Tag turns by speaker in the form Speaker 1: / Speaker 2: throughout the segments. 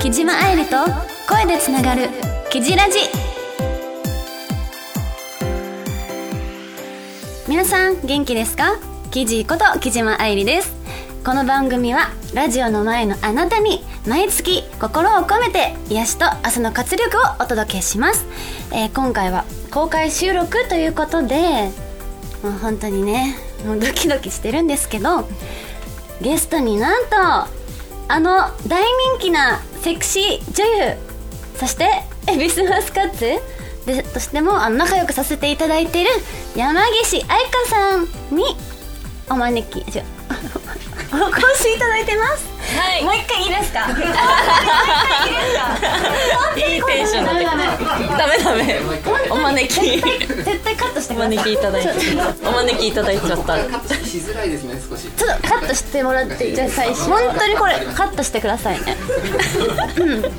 Speaker 1: 木島愛理と声でつながる「キジラジ」皆さん元気ですかキジこと木島愛理ですこの番組はラジオの前のあなたに毎月心を込めて癒しと明日の活力をお届けします、えー今回は公開収録ということでもう本当にねもうドキドキしてるんですけどゲストになんとあの大人気なセクシー女優そして恵比寿マスカッツでとしてもあの仲良くさせていただいている山岸愛香さんにお招き違う お越しいただいてます
Speaker 2: はい
Speaker 1: もう一回いいですかもう一回
Speaker 2: いいテンション
Speaker 1: ダメ
Speaker 2: で
Speaker 1: ダメ
Speaker 2: ダメダメお招き
Speaker 1: 絶対カットして
Speaker 2: お
Speaker 1: ください
Speaker 2: 招きいただい
Speaker 1: ち
Speaker 2: て
Speaker 1: ょ
Speaker 2: お招きいただいちゃった
Speaker 3: カットしづらいですね少
Speaker 1: ち
Speaker 3: し
Speaker 1: ょっとカットしてもらってじゃあ最初本当にこれカットしてくださいねうんちょっ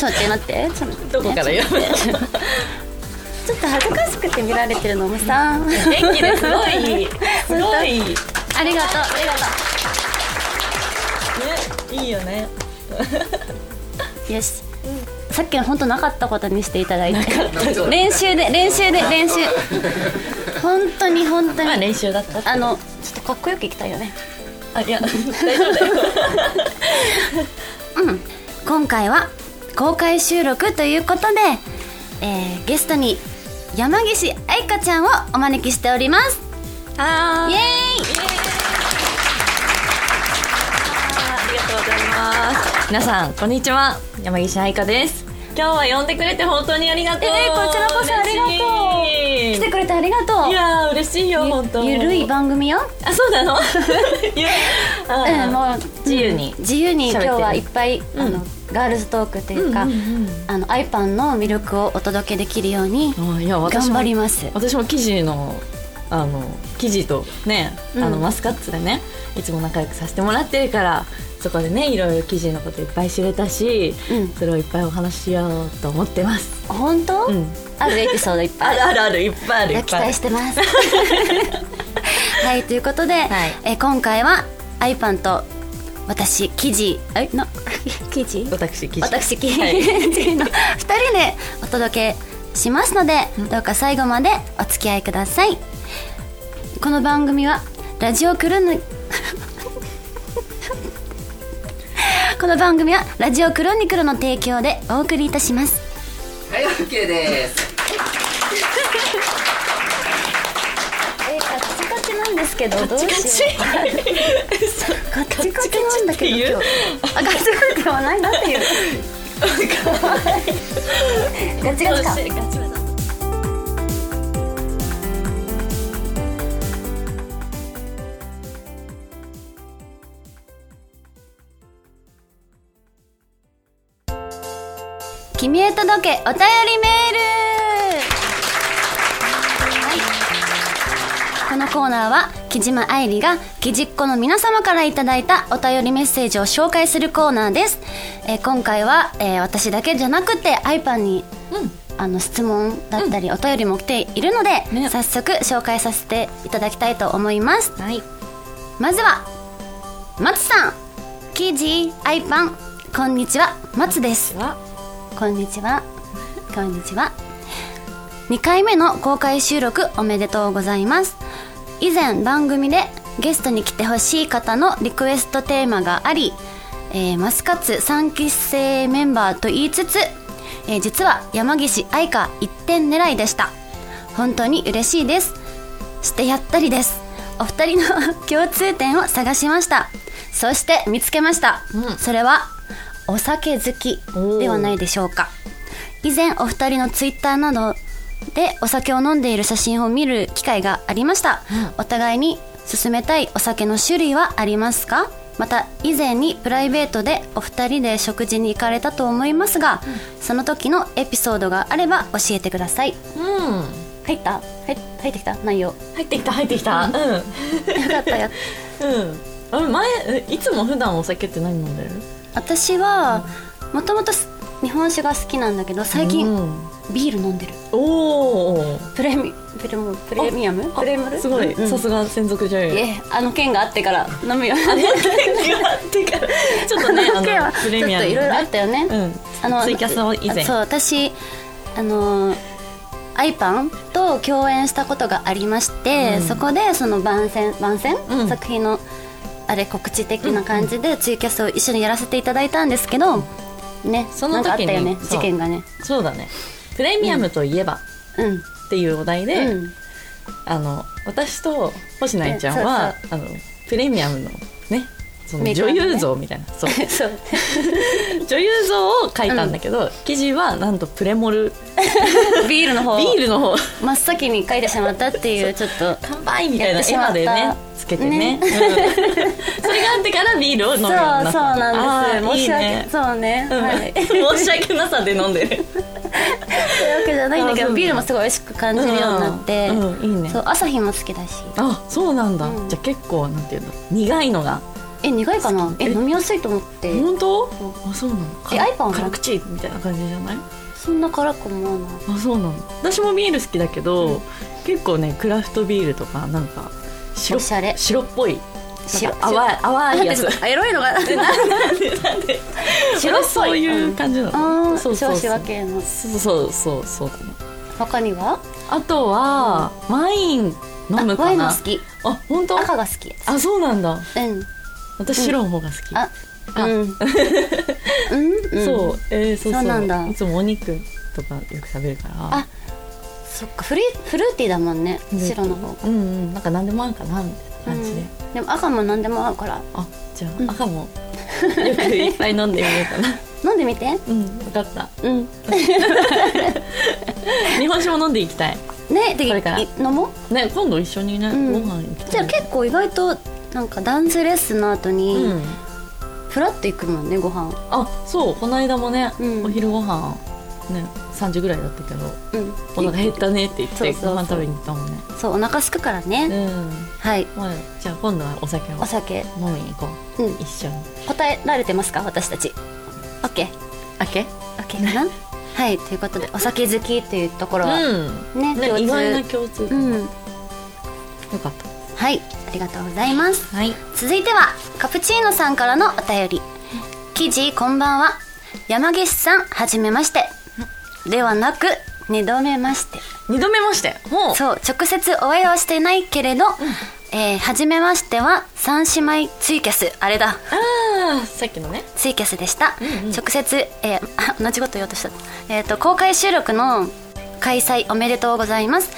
Speaker 1: と待って待ってちょっと待って
Speaker 2: どこから言う
Speaker 1: ちょっと恥ずかしくて見られてるのもさ
Speaker 2: 元気ですごいすごいね
Speaker 1: ありがとうありがと
Speaker 2: いいよね
Speaker 1: うよし、さっきの本当なかったことにしていただいて
Speaker 3: た
Speaker 1: 練習で練習で練習本当に本当に、
Speaker 2: まあ練習だった
Speaker 1: あのちょっとかっこよくいきたいよね
Speaker 2: あいや大丈夫だよ
Speaker 1: うん、今回は公開収録ということで、えーゲストに山岸愛花ちゃんをお招きしております
Speaker 2: あ
Speaker 1: イエ
Speaker 2: ー
Speaker 1: ーイ
Speaker 2: ありがとうございます皆さんこんにちは山岸愛香です今日は呼んでくれて本当にありがとう
Speaker 1: えーこちらこそありがとう
Speaker 2: 嬉
Speaker 1: 来
Speaker 2: し
Speaker 1: てくれてありがとう
Speaker 2: いやー嬉しいよ本当
Speaker 1: ゆゆるい番組よ、
Speaker 2: あそうなの ゆるあ
Speaker 1: う
Speaker 2: ー
Speaker 1: ん、もう
Speaker 2: 自由に
Speaker 1: 自由に今日はいっぱい、
Speaker 2: ん
Speaker 1: あのガールズトークというか、
Speaker 2: うんうんうん
Speaker 1: あのアイパンの魅力をお届けできるように
Speaker 2: あいや私
Speaker 1: 頑
Speaker 2: も
Speaker 1: 張ります
Speaker 2: 私も記事のあの記事とね、
Speaker 1: うん
Speaker 2: あのマスカッツでねいつも仲良くさせてもらってるからそこでねいろいろ記事のこといっぱい知れたし、
Speaker 1: うん
Speaker 2: それをいっぱいお話ししようと思ってます
Speaker 1: 本当、
Speaker 2: うん
Speaker 1: あるエピソードいっぱい
Speaker 2: あるあるあるいっぱいあるいっ
Speaker 1: 期
Speaker 2: ぱいあ
Speaker 1: 待
Speaker 2: る
Speaker 1: してます はいということで、
Speaker 2: はい
Speaker 1: えー今回はアイパンと私キジえ なキジ
Speaker 2: 私記事
Speaker 1: 私キジ
Speaker 2: は
Speaker 1: の2人でお届けしますのでどうか最後までお付き合いくださいこの番組はラジオクルヌ この番組はラジオクロニクルの提供でお送りいたします
Speaker 3: はい OK です
Speaker 1: えー、カッチカチなんですけどどうしようカッチカチなんだけど今日あガチガチではないなって いうガチガチか
Speaker 2: そうガチガチ
Speaker 1: 君へ届けお便りメールこのコーナーは木島愛理が木じっ子の皆様からいただいたお便りメッセージを紹介するコーナーです、えー今回は、えー私だけじゃなくてアイパンに、あの質問だったりお便りも来ているので、
Speaker 2: ね
Speaker 1: 早速紹介させていただきたいと思います
Speaker 2: はい
Speaker 1: まずは松さんキジアイパンこんにちは松です
Speaker 2: は
Speaker 1: こんにちは。こんにちは。2回目の公開収録おめでとうございます。以前番組でゲストに来てほしい方のリクエストテーマがあり、えーマスカッツ3期生メンバーと言いつつ、えー実は山岸愛花1点狙いでした。本当に嬉しいです。してやったりです。お二人の 共通点を探しました。そして見つけました。それは、お酒好きではないでしょうか。以前お二人のツイッターなどでお酒を飲んでいる写真を見る機会がありました。お互いに勧めたいお酒の種類はありますかまた以前にプライベートでお二人で食事に行かれたと思いますが、その時のエピソードがあれば教えてください。
Speaker 2: うん
Speaker 1: 入った入っ入ってきた内容。
Speaker 2: 入ってきた入ってきたうん
Speaker 1: よかったや
Speaker 2: うんあれ前えいつも普段お酒って何飲んでる
Speaker 1: 私はもともと日本酒が好きなんだけど最近、
Speaker 2: うん
Speaker 1: ビール飲んでる
Speaker 2: おお
Speaker 1: プレミプレミプレミアムプレムル
Speaker 2: すごい、
Speaker 1: うん
Speaker 2: さすが専属女優
Speaker 1: いえあの件があってから飲むよ
Speaker 2: ちょっとね
Speaker 1: あ
Speaker 2: あ
Speaker 1: の件は
Speaker 2: の
Speaker 1: ちょ
Speaker 2: プ
Speaker 1: っ
Speaker 2: レミアム
Speaker 1: といろいろあったよね、
Speaker 2: うん
Speaker 1: あの
Speaker 2: ツイキャスを以前
Speaker 1: そう私あのアイパンと共演したことがありまして、そこでその番宣番宣、
Speaker 2: うん
Speaker 1: 作品のあれ告知的な感じでツイキャスを一緒にやらせていただいたんですけど、ね
Speaker 2: その
Speaker 1: なんかあった
Speaker 2: 時に
Speaker 1: よね
Speaker 2: そう
Speaker 1: 事件がね
Speaker 2: そうだねプレミアムといえば
Speaker 1: うん
Speaker 2: っていうお題で、
Speaker 1: うん
Speaker 2: あの私と星内ちゃんは、あのプレミアムのねその
Speaker 1: メーカー
Speaker 2: 女
Speaker 1: のね
Speaker 2: 優像みたいな、そう
Speaker 1: そう
Speaker 2: 女優像を書いたんだけど、記事はなんとプレモル
Speaker 1: ビールの方
Speaker 2: ビールの方
Speaker 1: 真っ先に書いてしまったっていうちょっと
Speaker 2: 乾杯みたい
Speaker 1: や
Speaker 2: な
Speaker 1: ってし
Speaker 2: 絵
Speaker 1: ま
Speaker 2: ま
Speaker 1: った
Speaker 2: でねつけてね
Speaker 1: ね
Speaker 2: うんそれがあってからビールを飲む
Speaker 1: そう
Speaker 2: よう
Speaker 1: そう
Speaker 2: になった
Speaker 1: なんです
Speaker 2: あー
Speaker 1: 申し訳
Speaker 2: いいね
Speaker 1: そうね、
Speaker 2: うん
Speaker 1: はい
Speaker 2: 申し訳なさで飲んで
Speaker 1: そう
Speaker 2: る
Speaker 1: いうわけじゃないんだけ
Speaker 2: あそう
Speaker 1: ど
Speaker 2: ね
Speaker 1: ビールもすごい美味しく感じるようになって、
Speaker 2: うんうんいいね
Speaker 1: そう朝日も好きだし
Speaker 2: あそうなんだ、
Speaker 1: うん
Speaker 2: じゃあ結構なんていうの苦いのが
Speaker 1: え苦いかなえ
Speaker 2: え
Speaker 1: 飲みやすいと思って
Speaker 2: 本当あそうなの
Speaker 1: え
Speaker 2: か
Speaker 1: iPhone は
Speaker 2: 辛口みたいな感じじゃない
Speaker 1: そんな辛くも思わない
Speaker 2: あそうなの私もビール好きだけど、結構ねクラフトビールとかなんか白
Speaker 1: おしゃれ
Speaker 2: 白っぽい
Speaker 1: 白
Speaker 2: なんか淡い淡いやつ
Speaker 1: あエロいのが白っぽい
Speaker 2: 私そういう感じな
Speaker 1: あ
Speaker 2: の、
Speaker 1: あ
Speaker 2: そう
Speaker 1: 少
Speaker 2: そう
Speaker 1: 子
Speaker 2: そ
Speaker 1: 和
Speaker 2: う
Speaker 1: 系の
Speaker 2: そうそうそうそうだね
Speaker 1: 他には
Speaker 2: あとは、ワイン飲むかな
Speaker 1: あワインも好き
Speaker 2: あ本当
Speaker 1: 赤が好き
Speaker 2: あそうなんだ
Speaker 1: うん
Speaker 2: 私白の方が好き、
Speaker 1: あ
Speaker 2: あ
Speaker 1: うんうんうん
Speaker 2: そうえー、そうそ
Speaker 1: そううなんだ
Speaker 2: いつもお肉とかよく食べるから
Speaker 1: あそっかフルフルーティーだもんね白の方が
Speaker 2: うんうんなんか何でも合うかなみたいな感じ
Speaker 1: う
Speaker 2: で、
Speaker 1: んでも赤も何でも合うから
Speaker 2: あじゃあ、
Speaker 1: うん
Speaker 2: 赤もよくいっぱい飲んでみようかな
Speaker 1: 飲んでみて
Speaker 2: うん分かった
Speaker 1: うん
Speaker 2: 日本酒も飲んでいきたい
Speaker 1: ねで
Speaker 2: これから
Speaker 1: い飲もう
Speaker 2: ね今度一緒にね、
Speaker 1: うん
Speaker 2: ご飯行きたい
Speaker 1: じゃあ結構意外となんかダンスレッスンの後
Speaker 2: う
Speaker 1: に
Speaker 2: ん
Speaker 1: フラッと行くもんねご飯
Speaker 2: あそうこの間もね、
Speaker 1: うん
Speaker 2: お昼ご飯ね3時ぐらいだったけど
Speaker 1: うん
Speaker 2: お腹減ったねって言っ
Speaker 1: そう
Speaker 2: て
Speaker 1: そうそう
Speaker 2: ご飯食べに行ったもんね
Speaker 1: そうお腹すくからね、
Speaker 2: うん
Speaker 1: はい
Speaker 2: まあじゃあ今度はお酒を
Speaker 1: お酒
Speaker 2: 飲みに行こう、
Speaker 1: うん
Speaker 2: 一緒に
Speaker 1: 答えられてますか私たち OKOK
Speaker 2: あけ
Speaker 1: かなはいということでお酒好きというところは、
Speaker 2: う
Speaker 1: ね
Speaker 2: ん、
Speaker 1: 共
Speaker 2: ね、
Speaker 1: 通
Speaker 2: 意外な共通点、
Speaker 1: う
Speaker 2: よ
Speaker 1: ん
Speaker 2: かった
Speaker 1: はいありがとうございます
Speaker 2: はい
Speaker 1: 続いてはカプチーノさんからのお便り記事こんばんは山岸さんはじめましてではなく二度目まして
Speaker 2: 二度目ましてもう
Speaker 1: そう直接お会いはしてないけれど、えー初めましては三姉妹ツイキャスあれだ
Speaker 2: ああさっきのね
Speaker 1: ツイキャスでした、直接、えー あ同じこと言おうとした、えー、と公開収録の開催おめでとうございます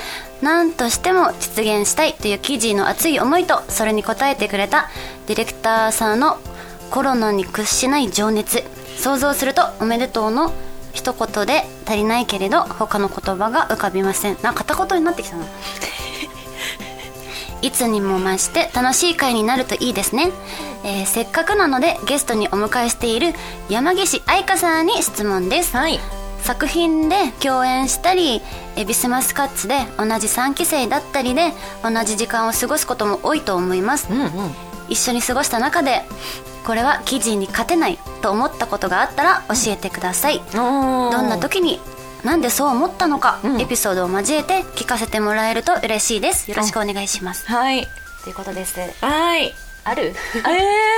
Speaker 1: 何としても実現したいという記事の熱い思いとそれに応えてくれたディレクターさんのコロナに屈しない情熱想像するとおめでとうの一言で足りないけれど他の言葉が浮かびませんなんか片言になってきたないいつにも増して楽しい会になるといいですね、えーせっかくなのでゲストにお迎えしている山岸愛香さんに質問です、
Speaker 2: はい
Speaker 1: 作品で共演したりえビスマスカッツで同じ3期生だったりで同じ時間を過ごすことも多いと思います、
Speaker 2: うんうん
Speaker 1: 一緒に過ごした中でこれは記事に勝てないと思ったことがあったら教えてください、ど
Speaker 2: ど
Speaker 1: んな時になんでそう思ったのか、
Speaker 2: うん
Speaker 1: エピソードを交えて聞かせてもらえると嬉しいですよろしくお願いします
Speaker 2: はい
Speaker 1: ということです
Speaker 2: はい
Speaker 1: ある
Speaker 2: えー、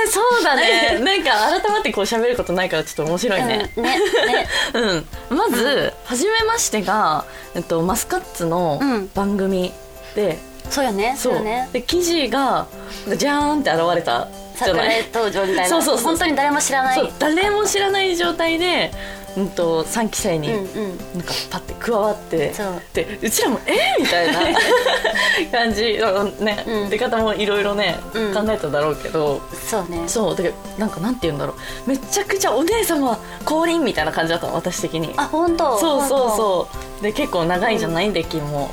Speaker 2: そうだね なんか改まってこう喋ることないからちょっと面白いね、
Speaker 1: うんねね
Speaker 2: うん、まず「はじめましてが」えっと、マスカッツの
Speaker 1: うん
Speaker 2: 番組で、
Speaker 1: そうよねそう
Speaker 2: そう
Speaker 1: よね
Speaker 2: で記事がじゃーんって現れたじゃ
Speaker 1: 桜
Speaker 2: な
Speaker 1: 井
Speaker 2: い
Speaker 1: 登場みたいな
Speaker 2: そうそうそう
Speaker 1: 本当に誰も知らない
Speaker 2: そう誰も知らない状態で、うん、と3期生に、
Speaker 1: うんうん
Speaker 2: なんかパッて加わって
Speaker 1: そう
Speaker 2: でうちらも「えーみたいな 感じのね、
Speaker 1: うん
Speaker 2: 出方もいろいろね、
Speaker 1: うん
Speaker 2: 考えただろうけど
Speaker 1: そうね
Speaker 2: そうだけどなんかなんて言うんだろうめちゃくちゃお姉様降臨みたいな感じだったの私的に
Speaker 1: あ本当
Speaker 2: そうそう
Speaker 1: う
Speaker 2: そうで結構長いじゃない、歴も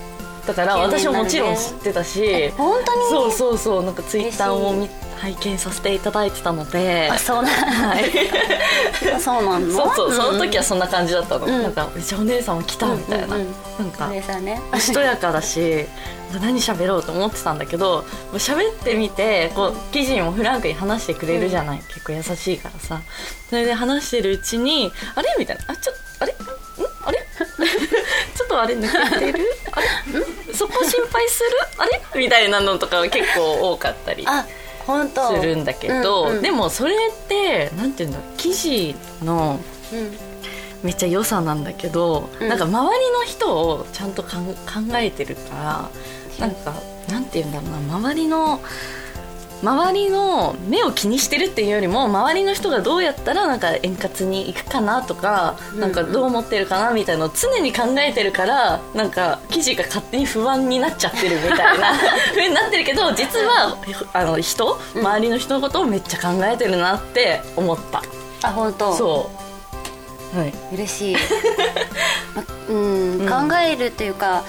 Speaker 2: だから
Speaker 1: 9
Speaker 2: 私
Speaker 1: 年
Speaker 2: ももちろ
Speaker 1: な
Speaker 2: ん
Speaker 1: ん
Speaker 2: 知
Speaker 1: で
Speaker 2: ってたし
Speaker 1: 本当に
Speaker 2: そうそうそうなんかツイッターを見拝見させていただいてたので
Speaker 1: あそうな
Speaker 2: はい
Speaker 1: ん そうなの
Speaker 2: そうそう、その時
Speaker 1: は
Speaker 2: はそんな感じだったの、
Speaker 1: うん
Speaker 2: なんかめっちゃお姉さんも来たみたいな、
Speaker 1: うんうんうん
Speaker 2: なんか
Speaker 1: でさね
Speaker 2: おしとやかだし何喋ろうと思ってたんだけどもう喋ってみてこう記事もフランクに話してくれるじゃない、結構優しいからさ それで話してるうちにあれみたいなあちょあれんあれとあれ抜けてるあれんそこ心配するあれみたいなのとかは結構多かったり
Speaker 1: あ本当
Speaker 2: するんだけど、
Speaker 1: うんうん
Speaker 2: でもそれってなんていうんだろう記事の
Speaker 1: うん
Speaker 2: めっちゃ良さなんだけど、
Speaker 1: うん
Speaker 2: なんか周りの人をちゃんとかん考えてるからなんかなんていうんだろうな周りの周りの目を気にしてるっていうよりも周りの人がどうやったらなんか円滑にいくかなとか、
Speaker 1: うん
Speaker 2: なんかどう思ってるかなみたいなのを常に考えてるからなんか記事が勝手に不安になっちゃってるみた いな風になってるけど実はあの人周りの人のことをめっちゃ考えてるなって思った。
Speaker 1: あ本当
Speaker 2: そう、はい、
Speaker 1: 嬉 しい、まうん
Speaker 2: うん
Speaker 1: 考えるというか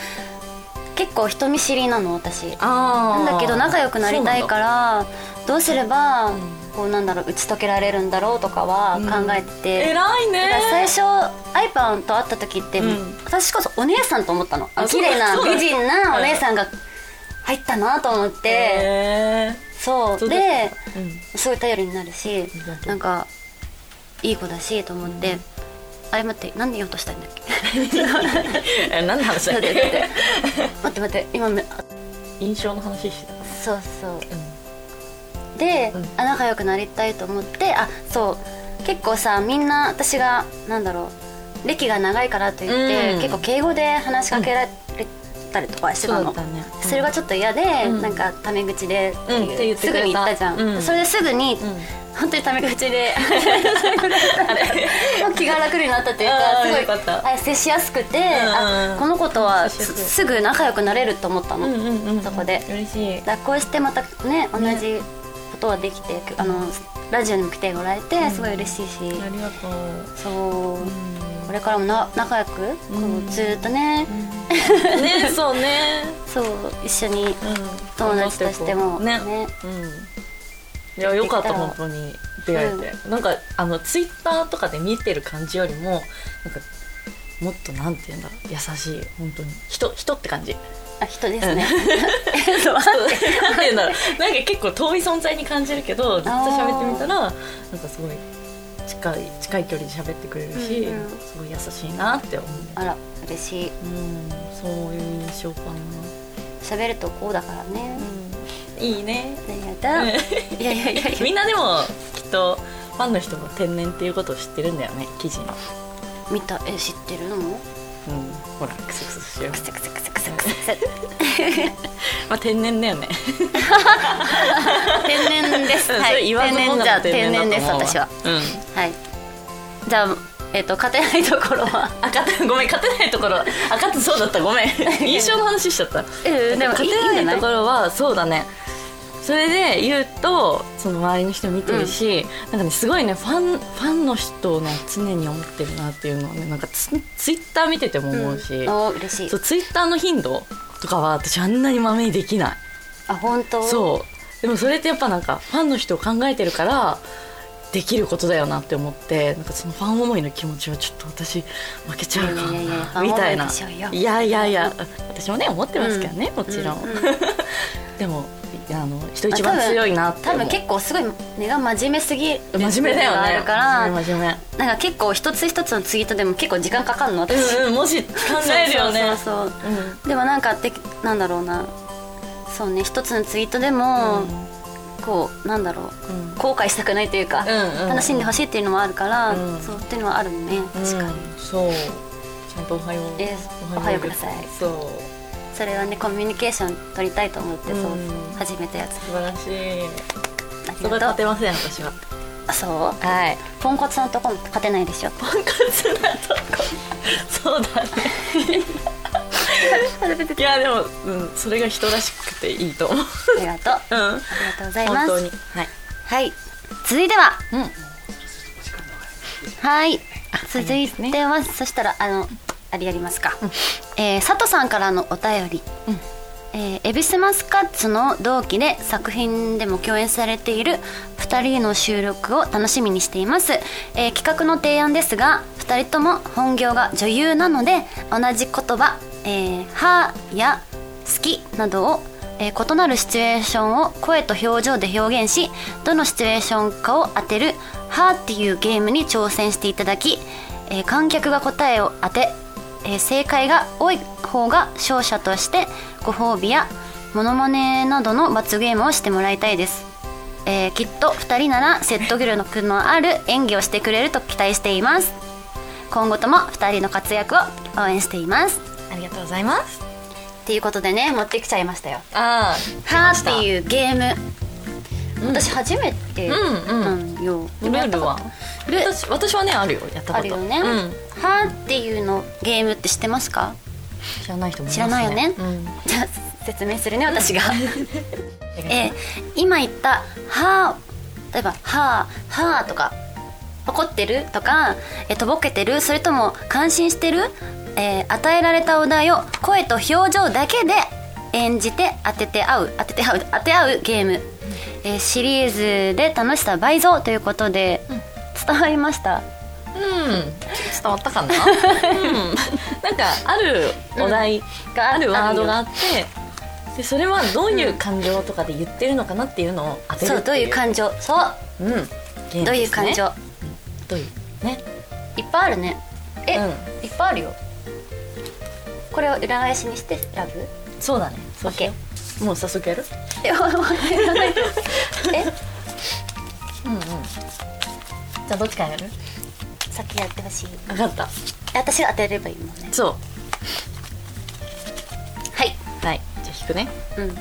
Speaker 1: 結構人見知りなの私
Speaker 2: あ
Speaker 1: なん
Speaker 2: ー
Speaker 1: だけど仲良くなりたいからどうすれば
Speaker 2: ん
Speaker 1: こうなんだろう打ち解けられるんだろうとかは考えてて、
Speaker 2: 偉いね
Speaker 1: だから最初アイパンと会った時って、
Speaker 2: うん
Speaker 1: 私こそお姉さんと思ったのあ
Speaker 2: あ
Speaker 1: の
Speaker 2: そ
Speaker 1: 綺
Speaker 2: うだ
Speaker 1: 麗な
Speaker 2: そうだ
Speaker 1: 美人なお姉さんが入ったなと思って、
Speaker 2: へ
Speaker 1: そ
Speaker 2: ー
Speaker 1: う
Speaker 2: そうだっ
Speaker 1: で
Speaker 2: たうん
Speaker 1: すごい頼りになるし
Speaker 2: がとう
Speaker 1: なんかいい子だしと思って、あれ待って何で言おうとしたんだっ け
Speaker 2: え何の話だ
Speaker 1: 待っ
Speaker 2: っ
Speaker 1: て待って
Speaker 2: け
Speaker 1: 待って待って今めあ
Speaker 2: 印象の話してたか
Speaker 1: そうそう
Speaker 2: ら
Speaker 1: で、
Speaker 2: うん
Speaker 1: あ仲良くなりたいと思ってあそう結構さみんな私がなんだろう歴が長いからといって、
Speaker 2: うん
Speaker 1: 結構敬語で話しかけられたりとかしてたの、
Speaker 2: ね
Speaker 1: それがちょっと嫌で、
Speaker 2: うん
Speaker 1: なんかタメ口でって
Speaker 2: うんっ
Speaker 1: い
Speaker 2: て
Speaker 1: う、
Speaker 2: 言って
Speaker 1: す
Speaker 2: くれた
Speaker 1: ぐに言ったじゃん、
Speaker 2: うん
Speaker 1: それですぐに、
Speaker 2: うん
Speaker 1: 本当にタメ口 で
Speaker 2: あれ
Speaker 1: もう気が楽になったというか
Speaker 2: あー
Speaker 1: すごい
Speaker 2: よかった
Speaker 1: あ接しやすくて、
Speaker 2: うん
Speaker 1: あこの子とは
Speaker 2: 接し
Speaker 1: す
Speaker 2: やすい
Speaker 1: すぐ仲良くなれると思ったの、
Speaker 2: うんうんうん
Speaker 1: そこで
Speaker 2: 嬉しい
Speaker 1: 脱行してまたね同じことはできて、あのラジオにも来てもらえて、すごい嬉しいし、
Speaker 2: ありがとう
Speaker 1: そう、これからもな仲良く、こうずーっとね、
Speaker 2: ねそうね
Speaker 1: そう一緒に
Speaker 2: うん
Speaker 1: 友達としても
Speaker 2: ね
Speaker 1: ね
Speaker 2: うんいやよかった
Speaker 1: できた
Speaker 2: 本当に出会えてなんかあのツイッターとかで見てる感じよりもなんかもっとなんていうんだろう優しい本当に人人って感じ
Speaker 1: あ人ですね、
Speaker 2: なんていうんだろうなんか結構遠い存在に感じるけどずっと喋ってみたらなんかすごい近い近い距離で喋ってくれるし、
Speaker 1: うんうん
Speaker 2: すごい優しいなって思う、
Speaker 1: あら嬉しい
Speaker 2: うん、そういう印象かな、
Speaker 1: 喋るとこうだからね、
Speaker 2: いいね
Speaker 1: 何やったいやいやいやいや
Speaker 2: みんなでもきっとファンの人も天然っていうことを知ってるんだよね記事の、
Speaker 1: 見たえ知ってるの
Speaker 2: うん、ほらクスクスしよう
Speaker 1: く、せくせくせくせくせくせ
Speaker 2: まあ、天然だよね
Speaker 1: 天然です
Speaker 2: うん
Speaker 1: は
Speaker 2: そ
Speaker 1: い
Speaker 2: れ言わず
Speaker 1: 天
Speaker 2: も
Speaker 1: 然
Speaker 2: が
Speaker 1: じゃ
Speaker 2: な
Speaker 1: 天然で
Speaker 2: だ
Speaker 1: す
Speaker 2: と思うわ
Speaker 1: 私は
Speaker 2: うん
Speaker 1: はいじゃあえっ、と勝てないところは
Speaker 2: あ勝てごめん勝てないところあ勝てそうだった ごめん印象の話しちゃった
Speaker 1: うんでもい
Speaker 2: 勝
Speaker 1: い
Speaker 2: て
Speaker 1: いいんじゃ
Speaker 2: な
Speaker 1: ないい
Speaker 2: ところはそうだねそれで言うとその周りの人見てるし、なんかねすごいねファンファンの人をね常に思ってるなっていうのをねなんかツツイッター見てても思うし、
Speaker 1: うんお嬉しい
Speaker 2: そうツイッターの頻度とかは私あんなにまめにできない
Speaker 1: あ本当
Speaker 2: そうでもそれってやっぱなんかファンの人を考えてるからできることだよなって思ってなんかそのファン思いの気持ちはちょっと私負けちゃうかも
Speaker 1: いやいやいやファ
Speaker 2: な
Speaker 1: ン
Speaker 2: み
Speaker 1: 思
Speaker 2: た
Speaker 1: い
Speaker 2: いな
Speaker 1: でしょうよ
Speaker 2: いやいやいや私もね思ってますけどね、もちろん、
Speaker 1: うう
Speaker 2: でもいやあの人一番強いなって
Speaker 1: 多
Speaker 2: 思う
Speaker 1: 分結構すごい根が真面目すぎる
Speaker 2: 真面目だよね
Speaker 1: あるから
Speaker 2: 真面目真面
Speaker 1: な
Speaker 2: 目
Speaker 1: んか結構一つ一つのツイートでも結構時間かかるの私
Speaker 2: うんうんもし考えるよね
Speaker 1: そうそうそう
Speaker 2: うん
Speaker 1: でもなんかでなんだろうなそうね一つのツイートでも、こうなんだろう
Speaker 2: うん
Speaker 1: 後悔したくないというか、
Speaker 2: うんうん
Speaker 1: 楽しんでほしいっていうのもあるから、
Speaker 2: うん
Speaker 1: そうっていうのはあるね確かに、
Speaker 2: うんそうちゃんとおはよう
Speaker 1: えーおはようください
Speaker 2: そう
Speaker 1: それはねコミュニケーション取りたいと思って、そう
Speaker 2: うん
Speaker 1: 始めたやつ
Speaker 2: 素晴らしい
Speaker 1: あ
Speaker 2: そこ
Speaker 1: りが
Speaker 2: 立
Speaker 1: と
Speaker 2: て
Speaker 1: う
Speaker 2: ません私は
Speaker 1: あそう
Speaker 2: はい
Speaker 1: ポンコツのとこも勝てないでしょ
Speaker 2: ポンコツなとこそう だねいやでも、うん、それが人らしくていいと思う
Speaker 1: ありがとうあ
Speaker 2: うん
Speaker 1: りがとうございま
Speaker 2: 本当
Speaker 1: す
Speaker 2: にはい
Speaker 1: はい続いては
Speaker 2: うん
Speaker 1: はい続いては、そしたらあのあれやりますか、えー佐藤さんからのお便り、
Speaker 2: うん
Speaker 1: えー、恵比寿マスカッツの同期で作品でも共演されている2人の収録を楽しみにしています、えー企画の提案ですが2人とも本業が女優なので同じ言葉「えーは」や「好き」などを、えー異なるシチュエーションを声と表情で表現しどのシチュエーションかを当てる「は」っていうゲームに挑戦していただき、えー観客が答えを当てえー正解が多い方が勝者としてご褒美やモノマネなどの罰ゲームをしてもらいたいです、えーきっと2人なら説得力のある演技をしてくれると期待しています今後とも2人の活躍を応援しています
Speaker 2: ありがとうございます
Speaker 1: っていうことでね持ってきちゃいましたよ
Speaker 2: あ
Speaker 1: 「はー」っていうゲーム
Speaker 2: あ、うん、
Speaker 1: 私初めて
Speaker 2: うん
Speaker 1: な
Speaker 2: うん
Speaker 1: んよ、
Speaker 2: ルールは
Speaker 1: ルール
Speaker 2: 私私はねあるよやったこと
Speaker 1: あるよね「
Speaker 2: うん、
Speaker 1: はー」っていうのゲームって知ってますか
Speaker 2: 知らない人もいますね
Speaker 1: 知らないよね
Speaker 2: うん
Speaker 1: じゃあ説明するね私 がえー今言った「はあ」例えば「はあ」「はあ」とか「怒ってる?」とか、えーとぼけてる?」それとも「感心してる?」えー与えられたお題を声と表情だけで演じて当てて合う当てて合う当て合うゲーム、えーシリーズで楽しさ倍増ということで、伝わりました
Speaker 2: うん、伝わったかな、うん、なんかあるお題があるワードがあって、でそれはどういう感情とかで言ってるのかなっていうのを当てる
Speaker 1: そう
Speaker 2: って
Speaker 1: どういう感情そう
Speaker 2: うんゲームですね
Speaker 1: どういう感情
Speaker 2: どういうね
Speaker 1: いっぱいあるねえ、
Speaker 2: うん
Speaker 1: いっぱいあるよこれを裏返しにして選ぶ
Speaker 2: そうだねそうしようもう早速やる
Speaker 1: え、わわいらないえ、
Speaker 2: うんうんじゃあどっちからやる
Speaker 1: 先やってほしい
Speaker 2: 分かった
Speaker 1: 私が当てればいいもんね
Speaker 2: そ
Speaker 1: はい、
Speaker 2: うはいじゃあ引くね
Speaker 1: うん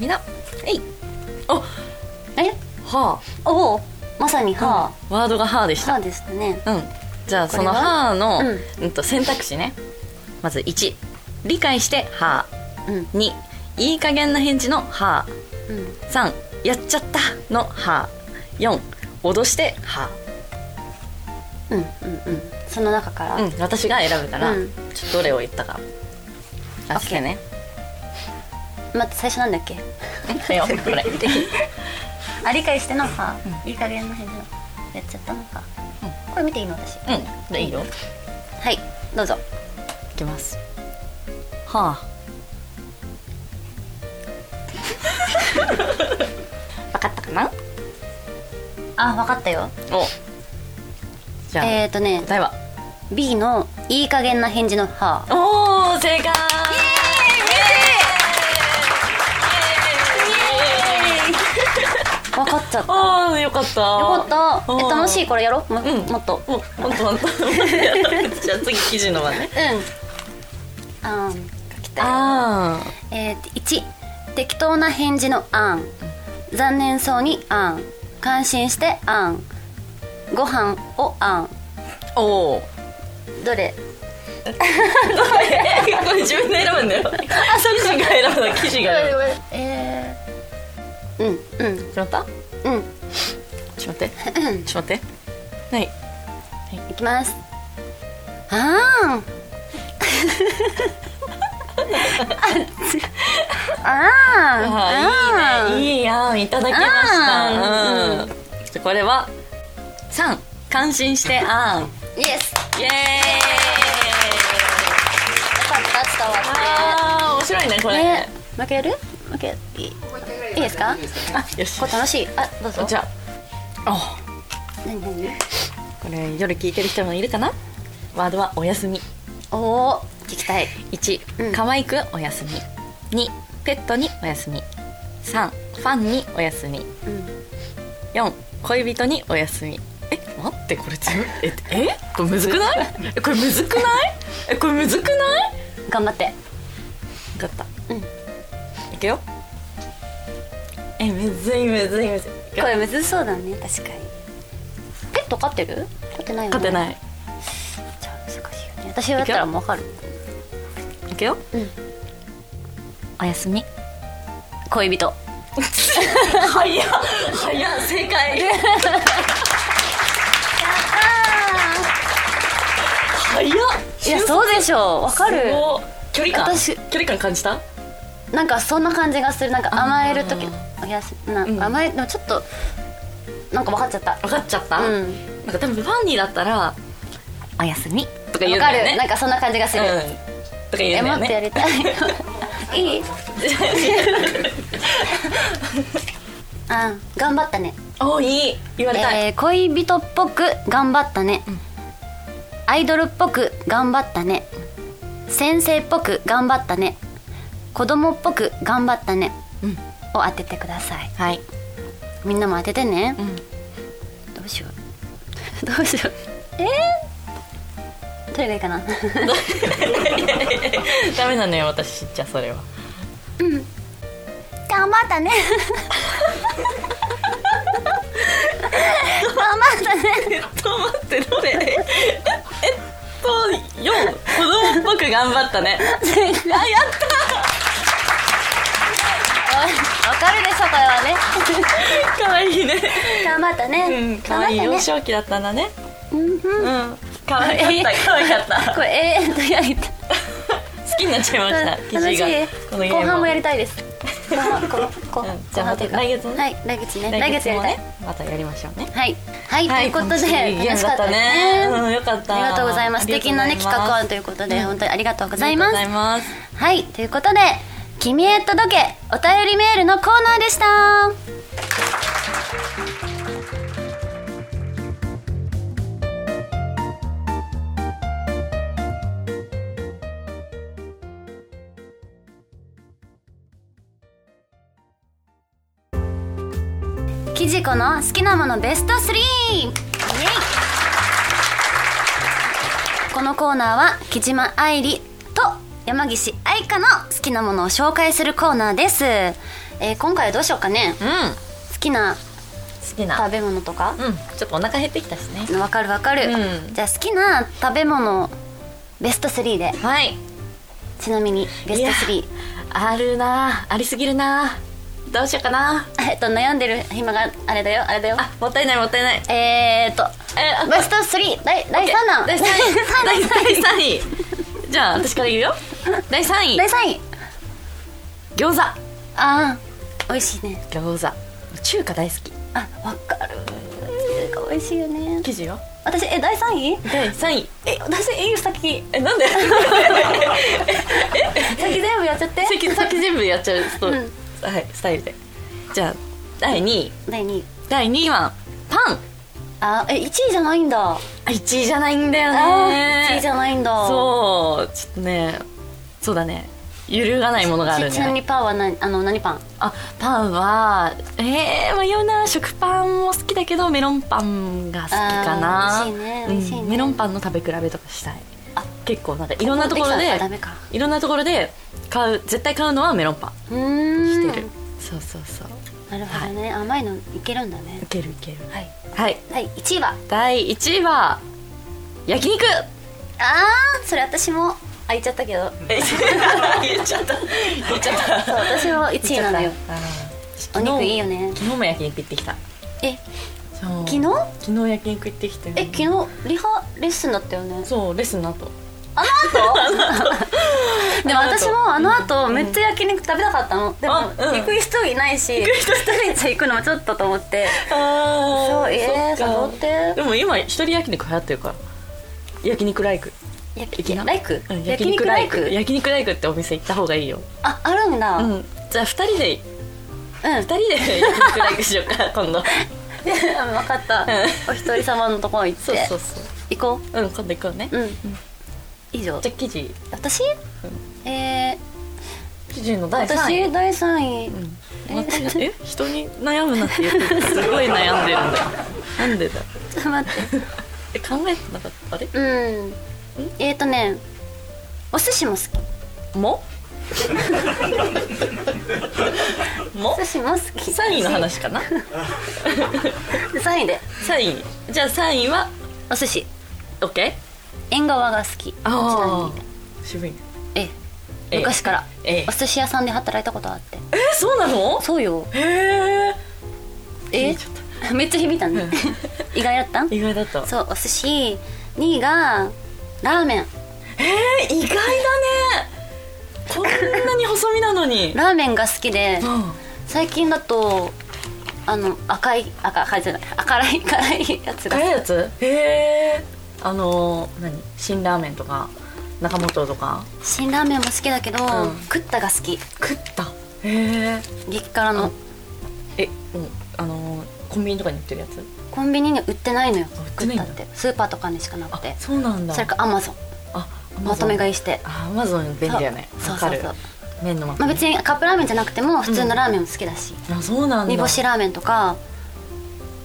Speaker 2: みんなえいお
Speaker 1: え、
Speaker 2: は
Speaker 1: おおまさに
Speaker 2: あ
Speaker 1: は
Speaker 2: あワードがはあでし
Speaker 1: あ、
Speaker 2: た
Speaker 1: はあですね
Speaker 2: うん、じゃあ
Speaker 1: こ
Speaker 2: そ
Speaker 1: れは
Speaker 2: の「はあの」
Speaker 1: うん
Speaker 2: うんと選択肢ねまず1理解して「は
Speaker 1: うん
Speaker 2: あ」2いい加減な返事の「はあ
Speaker 1: うん」
Speaker 2: 3やっちゃったの「はあ」4脅して「は
Speaker 1: うんうんうんその中か
Speaker 2: あ」
Speaker 1: ら、
Speaker 2: うん私が選ぶから、
Speaker 1: うん
Speaker 2: ちょっとどれを言ったかあしてね
Speaker 1: 待って最初なんだっけ
Speaker 2: え よこれ
Speaker 1: あ、理解してのはあ、いい加減な返事のやっちゃったのか、これ見ていいの私
Speaker 2: うんでいいよ
Speaker 1: はい、どうぞ
Speaker 2: いきますは
Speaker 1: わかったかなあ、わかったよ
Speaker 2: あおじゃあ、
Speaker 1: えーとね
Speaker 2: 答えは
Speaker 1: B のいい加減な返事のはあ
Speaker 2: おお正解イエーイ見て
Speaker 1: わかっちゃった
Speaker 2: ああよかった
Speaker 1: よかった。え
Speaker 2: うん
Speaker 1: 楽しいこれやろう。も,、
Speaker 2: うん
Speaker 1: もっと。
Speaker 2: お本当本 当じゃあ次記事のはね
Speaker 1: うん。あん。書きたい。
Speaker 2: あ
Speaker 1: えー、一適当な返事のあん。残念そうにあん。感心してあん。ご飯をあん。
Speaker 2: あおおこ
Speaker 1: どれ？
Speaker 2: れ自分で選ぶんだよあそう記事が選ぶの記事が選ぶ
Speaker 1: えー。うんうん
Speaker 2: 決まった
Speaker 1: うん。
Speaker 2: ちょっと待ってちょっと待ってはい
Speaker 1: いきます。あん。 あん。
Speaker 2: あ
Speaker 1: あん。
Speaker 2: いいねいい案いただきました
Speaker 1: あ
Speaker 2: うんじゃあこれは三感心してあん
Speaker 1: イエス。
Speaker 2: イエーイ
Speaker 1: よかった伝わって。
Speaker 2: あー面白いねこれ
Speaker 1: ね、負ける負けいい
Speaker 3: もう一回ぐら
Speaker 1: いいですか
Speaker 3: 大丈夫ですか
Speaker 2: あよし
Speaker 1: これ楽しいあどうぞ
Speaker 2: じゃあ
Speaker 1: 何何
Speaker 2: おこれ夜聞いてる人もいるかなワードはおやすみ
Speaker 1: おお聞きたいう
Speaker 2: 1
Speaker 1: ん
Speaker 2: 可愛くお休み2ペットにお休み3ファンにお休み
Speaker 1: うん
Speaker 2: 4恋人にお休みえ待ってこれ全部ええこれむずくない えこれむずくないえこれむずくない
Speaker 1: 頑張って
Speaker 2: 分かった
Speaker 1: うん
Speaker 2: いくよえむずいむずいむずいいくよ
Speaker 1: これむずそうだね確かにペット飼ってる飼ってないよね
Speaker 2: 勝て
Speaker 1: い
Speaker 2: ない
Speaker 1: じゃあ難しいよね私だったらもうわかる
Speaker 2: いくよ
Speaker 1: うん
Speaker 2: おやすみ
Speaker 1: 恋人
Speaker 2: 早っ早っ正解早っ
Speaker 1: いやそうでしょうわかる
Speaker 2: すごっ距離感
Speaker 1: 私
Speaker 2: 距離感感じた
Speaker 1: なんかそんな感じがするなんか甘える時
Speaker 2: あ
Speaker 1: おやすな
Speaker 2: うん
Speaker 1: 甘えでもちょっとなんか分かっちゃった
Speaker 2: 分かっちゃった、
Speaker 1: うん
Speaker 2: なんか多分ファンにだったら「おやすみ」とか言う
Speaker 1: わか
Speaker 2: んだよね
Speaker 1: るなんかそんな感じがする
Speaker 2: うん、とか言
Speaker 1: え
Speaker 2: うんだよ
Speaker 1: 待ってや
Speaker 2: ね
Speaker 1: りたいいい あ頑張ったね
Speaker 2: おいい言われたい、
Speaker 1: えー恋人っぽく頑張ったね、アイドルっぽく頑張ったね先生っぽく頑張ったね子供っぽく頑張ったね、
Speaker 2: うん
Speaker 1: を当ててください
Speaker 2: はい、
Speaker 1: みんなも当ててね、
Speaker 2: うん、
Speaker 1: どうしよう どうしようえー、どれがいいかな
Speaker 2: ダメなのよ私じゃあそれは
Speaker 1: 頑張ったね頑張ったね
Speaker 2: えっと待ってどれ ええっと4子供っぽく頑張った ね
Speaker 1: あやったわかるでしょこれはね
Speaker 2: 可愛いね
Speaker 1: 頑張ったね、
Speaker 2: うん可愛い
Speaker 1: 頑張っ
Speaker 2: 幼
Speaker 1: たね
Speaker 2: 少期だったんだね
Speaker 1: うん
Speaker 2: う
Speaker 1: うん
Speaker 2: ん可愛かった可愛かっ た
Speaker 1: これ永遠とやりたい
Speaker 2: 好きになっちゃいました
Speaker 1: 楽し
Speaker 2: 記事がこの
Speaker 1: い
Speaker 2: ゲ
Speaker 1: 後
Speaker 2: ームは
Speaker 1: 半もやりたいです 後半この後
Speaker 2: う
Speaker 1: 半
Speaker 2: んじゃあまた来月ね
Speaker 1: はい来月ね来月やり
Speaker 2: も
Speaker 1: たい
Speaker 2: ねまたやりましょうね
Speaker 1: はいはい、ということで楽し
Speaker 2: 楽し
Speaker 1: か
Speaker 2: か
Speaker 1: っ
Speaker 2: ったた
Speaker 1: です
Speaker 2: ね
Speaker 1: ね
Speaker 2: うんよかった
Speaker 1: ありがとうございます
Speaker 2: あ
Speaker 1: 素
Speaker 2: りがと
Speaker 1: 敵
Speaker 2: うござ
Speaker 1: ないね
Speaker 2: ます
Speaker 1: 企画案ということで、本当にありがとうござい
Speaker 2: あ
Speaker 1: ま
Speaker 2: り
Speaker 1: す
Speaker 2: がとうございます
Speaker 1: はいということで「君へ届け」お便りメールのコーナーでしたキジコの好きなものベスト3イエイこのコーナーは木島愛理と山岸愛花の好きなものを紹介するコーナーです、えー今回はどうしようかね
Speaker 2: うん
Speaker 1: 好きな
Speaker 2: 好きな
Speaker 1: 食べ物とか
Speaker 2: うんちょっとお腹減ってきたしね
Speaker 1: わかるわかる、
Speaker 2: うん
Speaker 1: じゃあ好きな食べ物ベスト3で
Speaker 2: はい
Speaker 1: ちなみにベスト
Speaker 2: い
Speaker 1: 3
Speaker 2: やあるなありすぎるなどうしようかな
Speaker 1: えっと悩んでる暇があれだよあれだよ
Speaker 2: あもったいないもったいない
Speaker 1: えー、っと
Speaker 2: えあ
Speaker 1: ベスト3第第3弾
Speaker 2: 第3位第3位じゃあ私から言うよ第3 位
Speaker 1: 第3位
Speaker 2: 餃子
Speaker 1: ああ美味しいね
Speaker 2: 餃子中華大好き
Speaker 1: あわかるなんか美味しいよね
Speaker 2: 生地よ
Speaker 1: 私え第3位
Speaker 2: 第3位
Speaker 1: え私いい先
Speaker 2: えなんで
Speaker 1: 先全部やっちゃって
Speaker 2: 先先全部やっちゃうスト、
Speaker 1: うん
Speaker 2: はいスタイルでじゃあ第2位
Speaker 1: 第2位
Speaker 2: 第2位はパン
Speaker 1: あえ1位じゃないんだ
Speaker 2: あ1位じゃないんだよ
Speaker 1: あ
Speaker 2: ね
Speaker 1: 1位じゃないんだ
Speaker 2: そうちょっとねそうだね揺るがないものがある
Speaker 1: ちちなみ
Speaker 2: ね
Speaker 1: にパンは何あの何パン
Speaker 2: あパンはえー、迷うな食パンも好きだけどメロンパンが好きかな
Speaker 1: あー美味しいね
Speaker 2: うん
Speaker 1: 美味しいね
Speaker 2: メロンパンの食べ比べとかしたい
Speaker 1: あ
Speaker 2: 結構なんかいろんなとこ
Speaker 1: で
Speaker 2: ろ
Speaker 1: きた
Speaker 2: で
Speaker 1: らダメか
Speaker 2: いろんなところで買う絶対買うのはメロンパン
Speaker 1: うーん
Speaker 2: してる、そうそうそう
Speaker 1: なるほどね、甘いのいけるんだね
Speaker 2: いけるいける
Speaker 1: はい
Speaker 2: はい
Speaker 1: はい1位は
Speaker 2: 第1位は焼 肉
Speaker 1: あーそれ私もあ言っちゃったけど
Speaker 2: え言っちゃった言っちゃっ
Speaker 1: そ
Speaker 2: た
Speaker 1: う私も1位なのよ
Speaker 2: あ
Speaker 1: お
Speaker 2: ー
Speaker 1: 肉いいよね
Speaker 2: 昨日も焼肉行ってきた
Speaker 1: え
Speaker 2: 昨
Speaker 1: 昨日
Speaker 2: 昨日焼肉行ってきてね
Speaker 1: え昨日リハレッスンだったよね
Speaker 2: そうレッスンの後
Speaker 1: あの後 でも私もあの後めっちゃ焼肉食べたかったのでも
Speaker 2: あうん
Speaker 1: 行く人いないし一人じゃ行くのもちょっとと思って
Speaker 2: あ
Speaker 1: そうえー誘って
Speaker 2: でも今一人焼肉流行ってるから焼肉ライク
Speaker 1: 焼
Speaker 2: 行きな
Speaker 1: 肉ライク
Speaker 2: うん
Speaker 1: 焼肉ライク
Speaker 2: 焼肉ライクってお店行った方がいいよ
Speaker 1: ああるんだ
Speaker 2: う
Speaker 1: うん
Speaker 2: んじゃあ二人で
Speaker 1: 分
Speaker 2: 二人で焼肉ライクしようか今度
Speaker 1: かったお一人様のところ行っ
Speaker 2: そう
Speaker 1: て
Speaker 2: そうそ
Speaker 1: 行こ
Speaker 2: ううん今度行こうね
Speaker 1: ううん以上
Speaker 2: じゃあ記事
Speaker 1: 私えー
Speaker 2: 記事の第3位
Speaker 1: 私第3位
Speaker 2: うんまたえ人に悩むなって言ってすごい悩んでるんだよなんでだ
Speaker 1: ちょっと 待って
Speaker 2: え考えてなかったあれ
Speaker 1: うんえーとねお寿司も好き
Speaker 2: も も
Speaker 1: お寿司も好き
Speaker 2: 3位の話かな
Speaker 1: 3位で
Speaker 2: 3位じゃあ3位は
Speaker 1: お寿司
Speaker 2: OK?
Speaker 1: 縁側が好きちなみに
Speaker 2: あ渋いね
Speaker 1: え
Speaker 2: え
Speaker 1: え昔から
Speaker 2: ええ
Speaker 1: お寿司屋さんで働いたことあって
Speaker 2: えそうなの
Speaker 1: そうよ
Speaker 2: へえ
Speaker 1: え
Speaker 2: ちょっ
Speaker 1: めっちゃ響いたね意外だった
Speaker 2: と意外だった
Speaker 1: そうお寿司2位がラーメン
Speaker 2: えー、意外だねこんなに細身なのに
Speaker 1: ラーメンが好きで
Speaker 2: うん
Speaker 1: 最近だとあの赤い赤赤いじゃない赤らい辛いやつが
Speaker 2: 辛いやつへえあのー何辛ラーメンとか中本とか
Speaker 1: 辛ラーメンも好きだけど、
Speaker 2: うん
Speaker 1: クッタが好き
Speaker 2: 食ったへえ
Speaker 1: 激辛の
Speaker 2: えうんあのーコンビニとかに売ってるやつ
Speaker 1: コンビニに売ってないのよ
Speaker 2: 売
Speaker 1: 作
Speaker 2: ってな
Speaker 1: っ
Speaker 2: いん
Speaker 1: た
Speaker 2: だ
Speaker 1: ってスーパーとかにしかなくて
Speaker 2: そうなんだ
Speaker 1: それかアマゾン
Speaker 2: あ
Speaker 1: まとめ買
Speaker 2: い
Speaker 1: いして
Speaker 2: あアマゾン便利だよね
Speaker 1: そう
Speaker 2: わかる
Speaker 1: そうそう
Speaker 2: 麺のま
Speaker 1: ま
Speaker 2: と
Speaker 1: あ
Speaker 2: め
Speaker 1: 別にカップラーメンじゃなくても普通のラーメンも好きだし、
Speaker 2: あそうなんだ
Speaker 1: 煮干しラーメンとか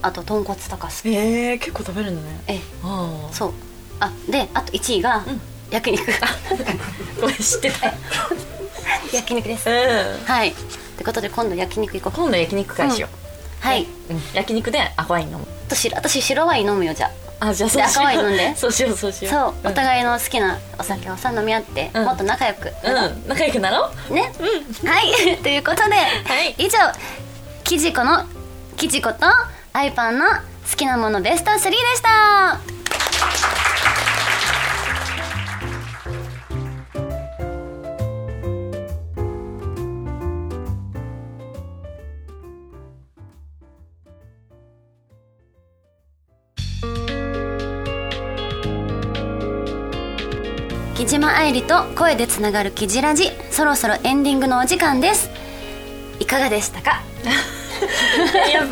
Speaker 1: あと豚骨とか好き
Speaker 2: えー、結構食べるんだね
Speaker 1: ええ
Speaker 2: ああ
Speaker 1: そうあであと1位が
Speaker 2: ん
Speaker 1: 焼肉
Speaker 2: これ知ってた
Speaker 1: 焼肉です
Speaker 2: うん
Speaker 1: はいってことで今度焼肉行こ
Speaker 2: 今度焼肉会しよ
Speaker 1: うはい、
Speaker 2: う、うん焼肉で赤ワイン飲む
Speaker 1: と白私白ワイン飲むよじゃあ
Speaker 2: あじゃあそうしよう
Speaker 1: で赤ワイン飲んで
Speaker 2: そうしようそうしよう
Speaker 1: そう、
Speaker 2: ん
Speaker 1: お互いの好きなお酒をさ飲み合って、
Speaker 2: うん
Speaker 1: もっと仲良く、
Speaker 2: うん仲良くなろう
Speaker 1: ね、はい ということで、
Speaker 2: い
Speaker 1: 以上キジコのキジコとアイパンの好きなものベスト3でした木島愛理と声でつながるキジラジそろそろエンディングのお時間ですいかがでしたか
Speaker 2: やっ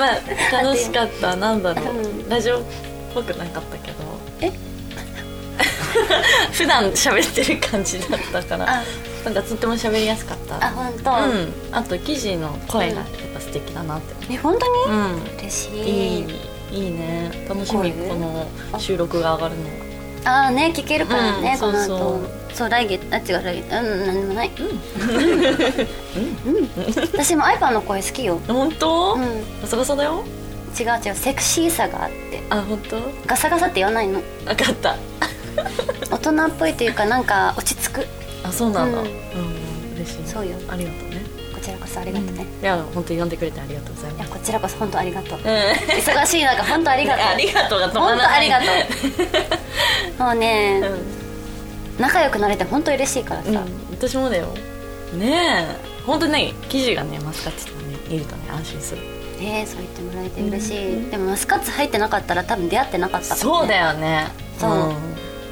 Speaker 2: ぱ楽しかったなんだろう、
Speaker 1: うん
Speaker 2: ラジオっぽくなかったけど
Speaker 1: え
Speaker 2: 普段喋ってる感じだったから
Speaker 1: あ
Speaker 2: なんかとっても喋りやすかった
Speaker 1: あ本当、
Speaker 2: うんあと記事の声がやっぱ素敵だなって
Speaker 1: え本当に、
Speaker 2: うん、
Speaker 1: 嬉し
Speaker 2: い
Speaker 1: い
Speaker 2: いいいね楽し
Speaker 1: 声
Speaker 2: みこの収録が上がるのが
Speaker 1: ああね聞けるからね、
Speaker 2: うん
Speaker 1: この後
Speaker 2: そ
Speaker 1: そうう
Speaker 2: そう
Speaker 1: 来月あ違う来月うん何でもないうん、私もアイパンの声好きよ
Speaker 2: 本当、
Speaker 1: うん違う
Speaker 2: ガサガサだよ
Speaker 1: 違うセクシーさがあって
Speaker 2: あ本当
Speaker 1: ガサガサって言わないの
Speaker 2: 分かった
Speaker 1: 大人っぽいというかなんか落ち着く
Speaker 2: あそうなんだ
Speaker 1: う
Speaker 2: うんん、嬉しいね
Speaker 1: そうよ
Speaker 2: ありがとうね
Speaker 1: こちらこそありがとうね、い
Speaker 2: いや本当に呼んでくれてありがとうございま
Speaker 1: や
Speaker 2: す
Speaker 1: こちらこそ本当ありがとう
Speaker 2: うん
Speaker 1: 忙しい中本当あり がとう
Speaker 2: ありがとうが止ま
Speaker 1: 本当
Speaker 2: ら
Speaker 1: あ
Speaker 2: ない
Speaker 1: りがとうもうね、
Speaker 2: うん
Speaker 1: 仲良くなれて本当嬉しいからさ、
Speaker 2: うん、私もだよねえ本当にね生地がねマスカッツとかねいるとね安心する
Speaker 1: ねえそう言ってもらえて嬉しい、でもマスカッツ入ってなかったら多分出会ってなかった
Speaker 2: そうだよね
Speaker 1: そう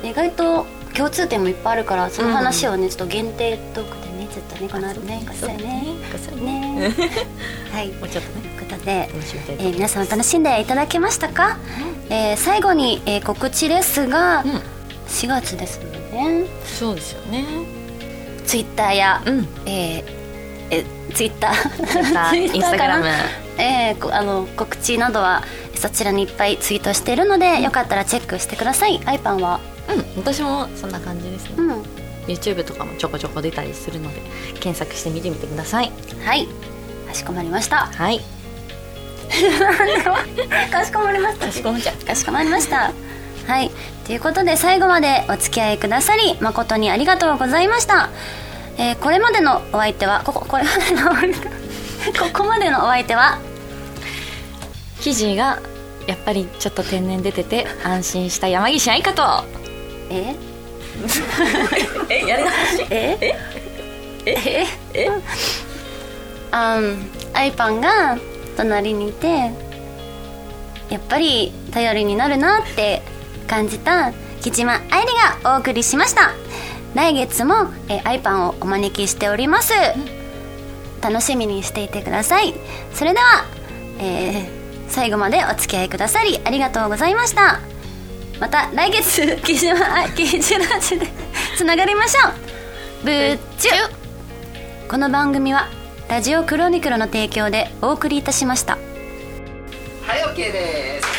Speaker 1: 意外と共通点もいっぱいあるからその話をね、ちょっと限定トークでねずっとねこの後ねこっそりね
Speaker 2: ごさいね
Speaker 1: ねはい
Speaker 2: もうちょっとね
Speaker 1: ということで、
Speaker 2: 楽しみたい
Speaker 1: え
Speaker 2: と思
Speaker 1: ー
Speaker 2: います
Speaker 1: 皆さん楽しんでいただけましたか、えー最後に、えー告知ですが、
Speaker 2: うん
Speaker 1: 4月ですのでね
Speaker 2: そうですよね
Speaker 1: ツイッターや、
Speaker 2: うん
Speaker 1: えーえツイッター
Speaker 2: インスタグラム
Speaker 1: えーこあの告知などはそちらにいっぱいツイートしているのでよかったらチェックしてくださいアイパンは
Speaker 2: うん私もそんな感じですね、
Speaker 1: うん
Speaker 2: YouTube とかもちょこちょこ出たりするので検索して見てみてください
Speaker 1: はいかしこまりました
Speaker 2: はい
Speaker 1: かしこまりました
Speaker 2: かしこまっちゃう
Speaker 1: かしこまりましたはいということで最後までお付き合いくださり誠にありがとうございました、えーこれまでのお相手はこここれまでのお相手 ここまでのお相手は
Speaker 2: 生地がやっぱりちょっと天然出てて安心した山岸愛香と
Speaker 1: え
Speaker 2: えやり直し
Speaker 1: ええええあんアイパンが隣にいてやっぱり頼りになるなって感じた木島愛理がお送りしました来月もえアイパンをお招きしております、楽しみにしていてくださいそれでは、えー最後までお付き合いくださりありがとうございましたまた来月木島あ木島ラジでつながりましょうぶっちゅこの番組はラジオクロニクルの提供でお送りいたしました
Speaker 3: はい、OK です。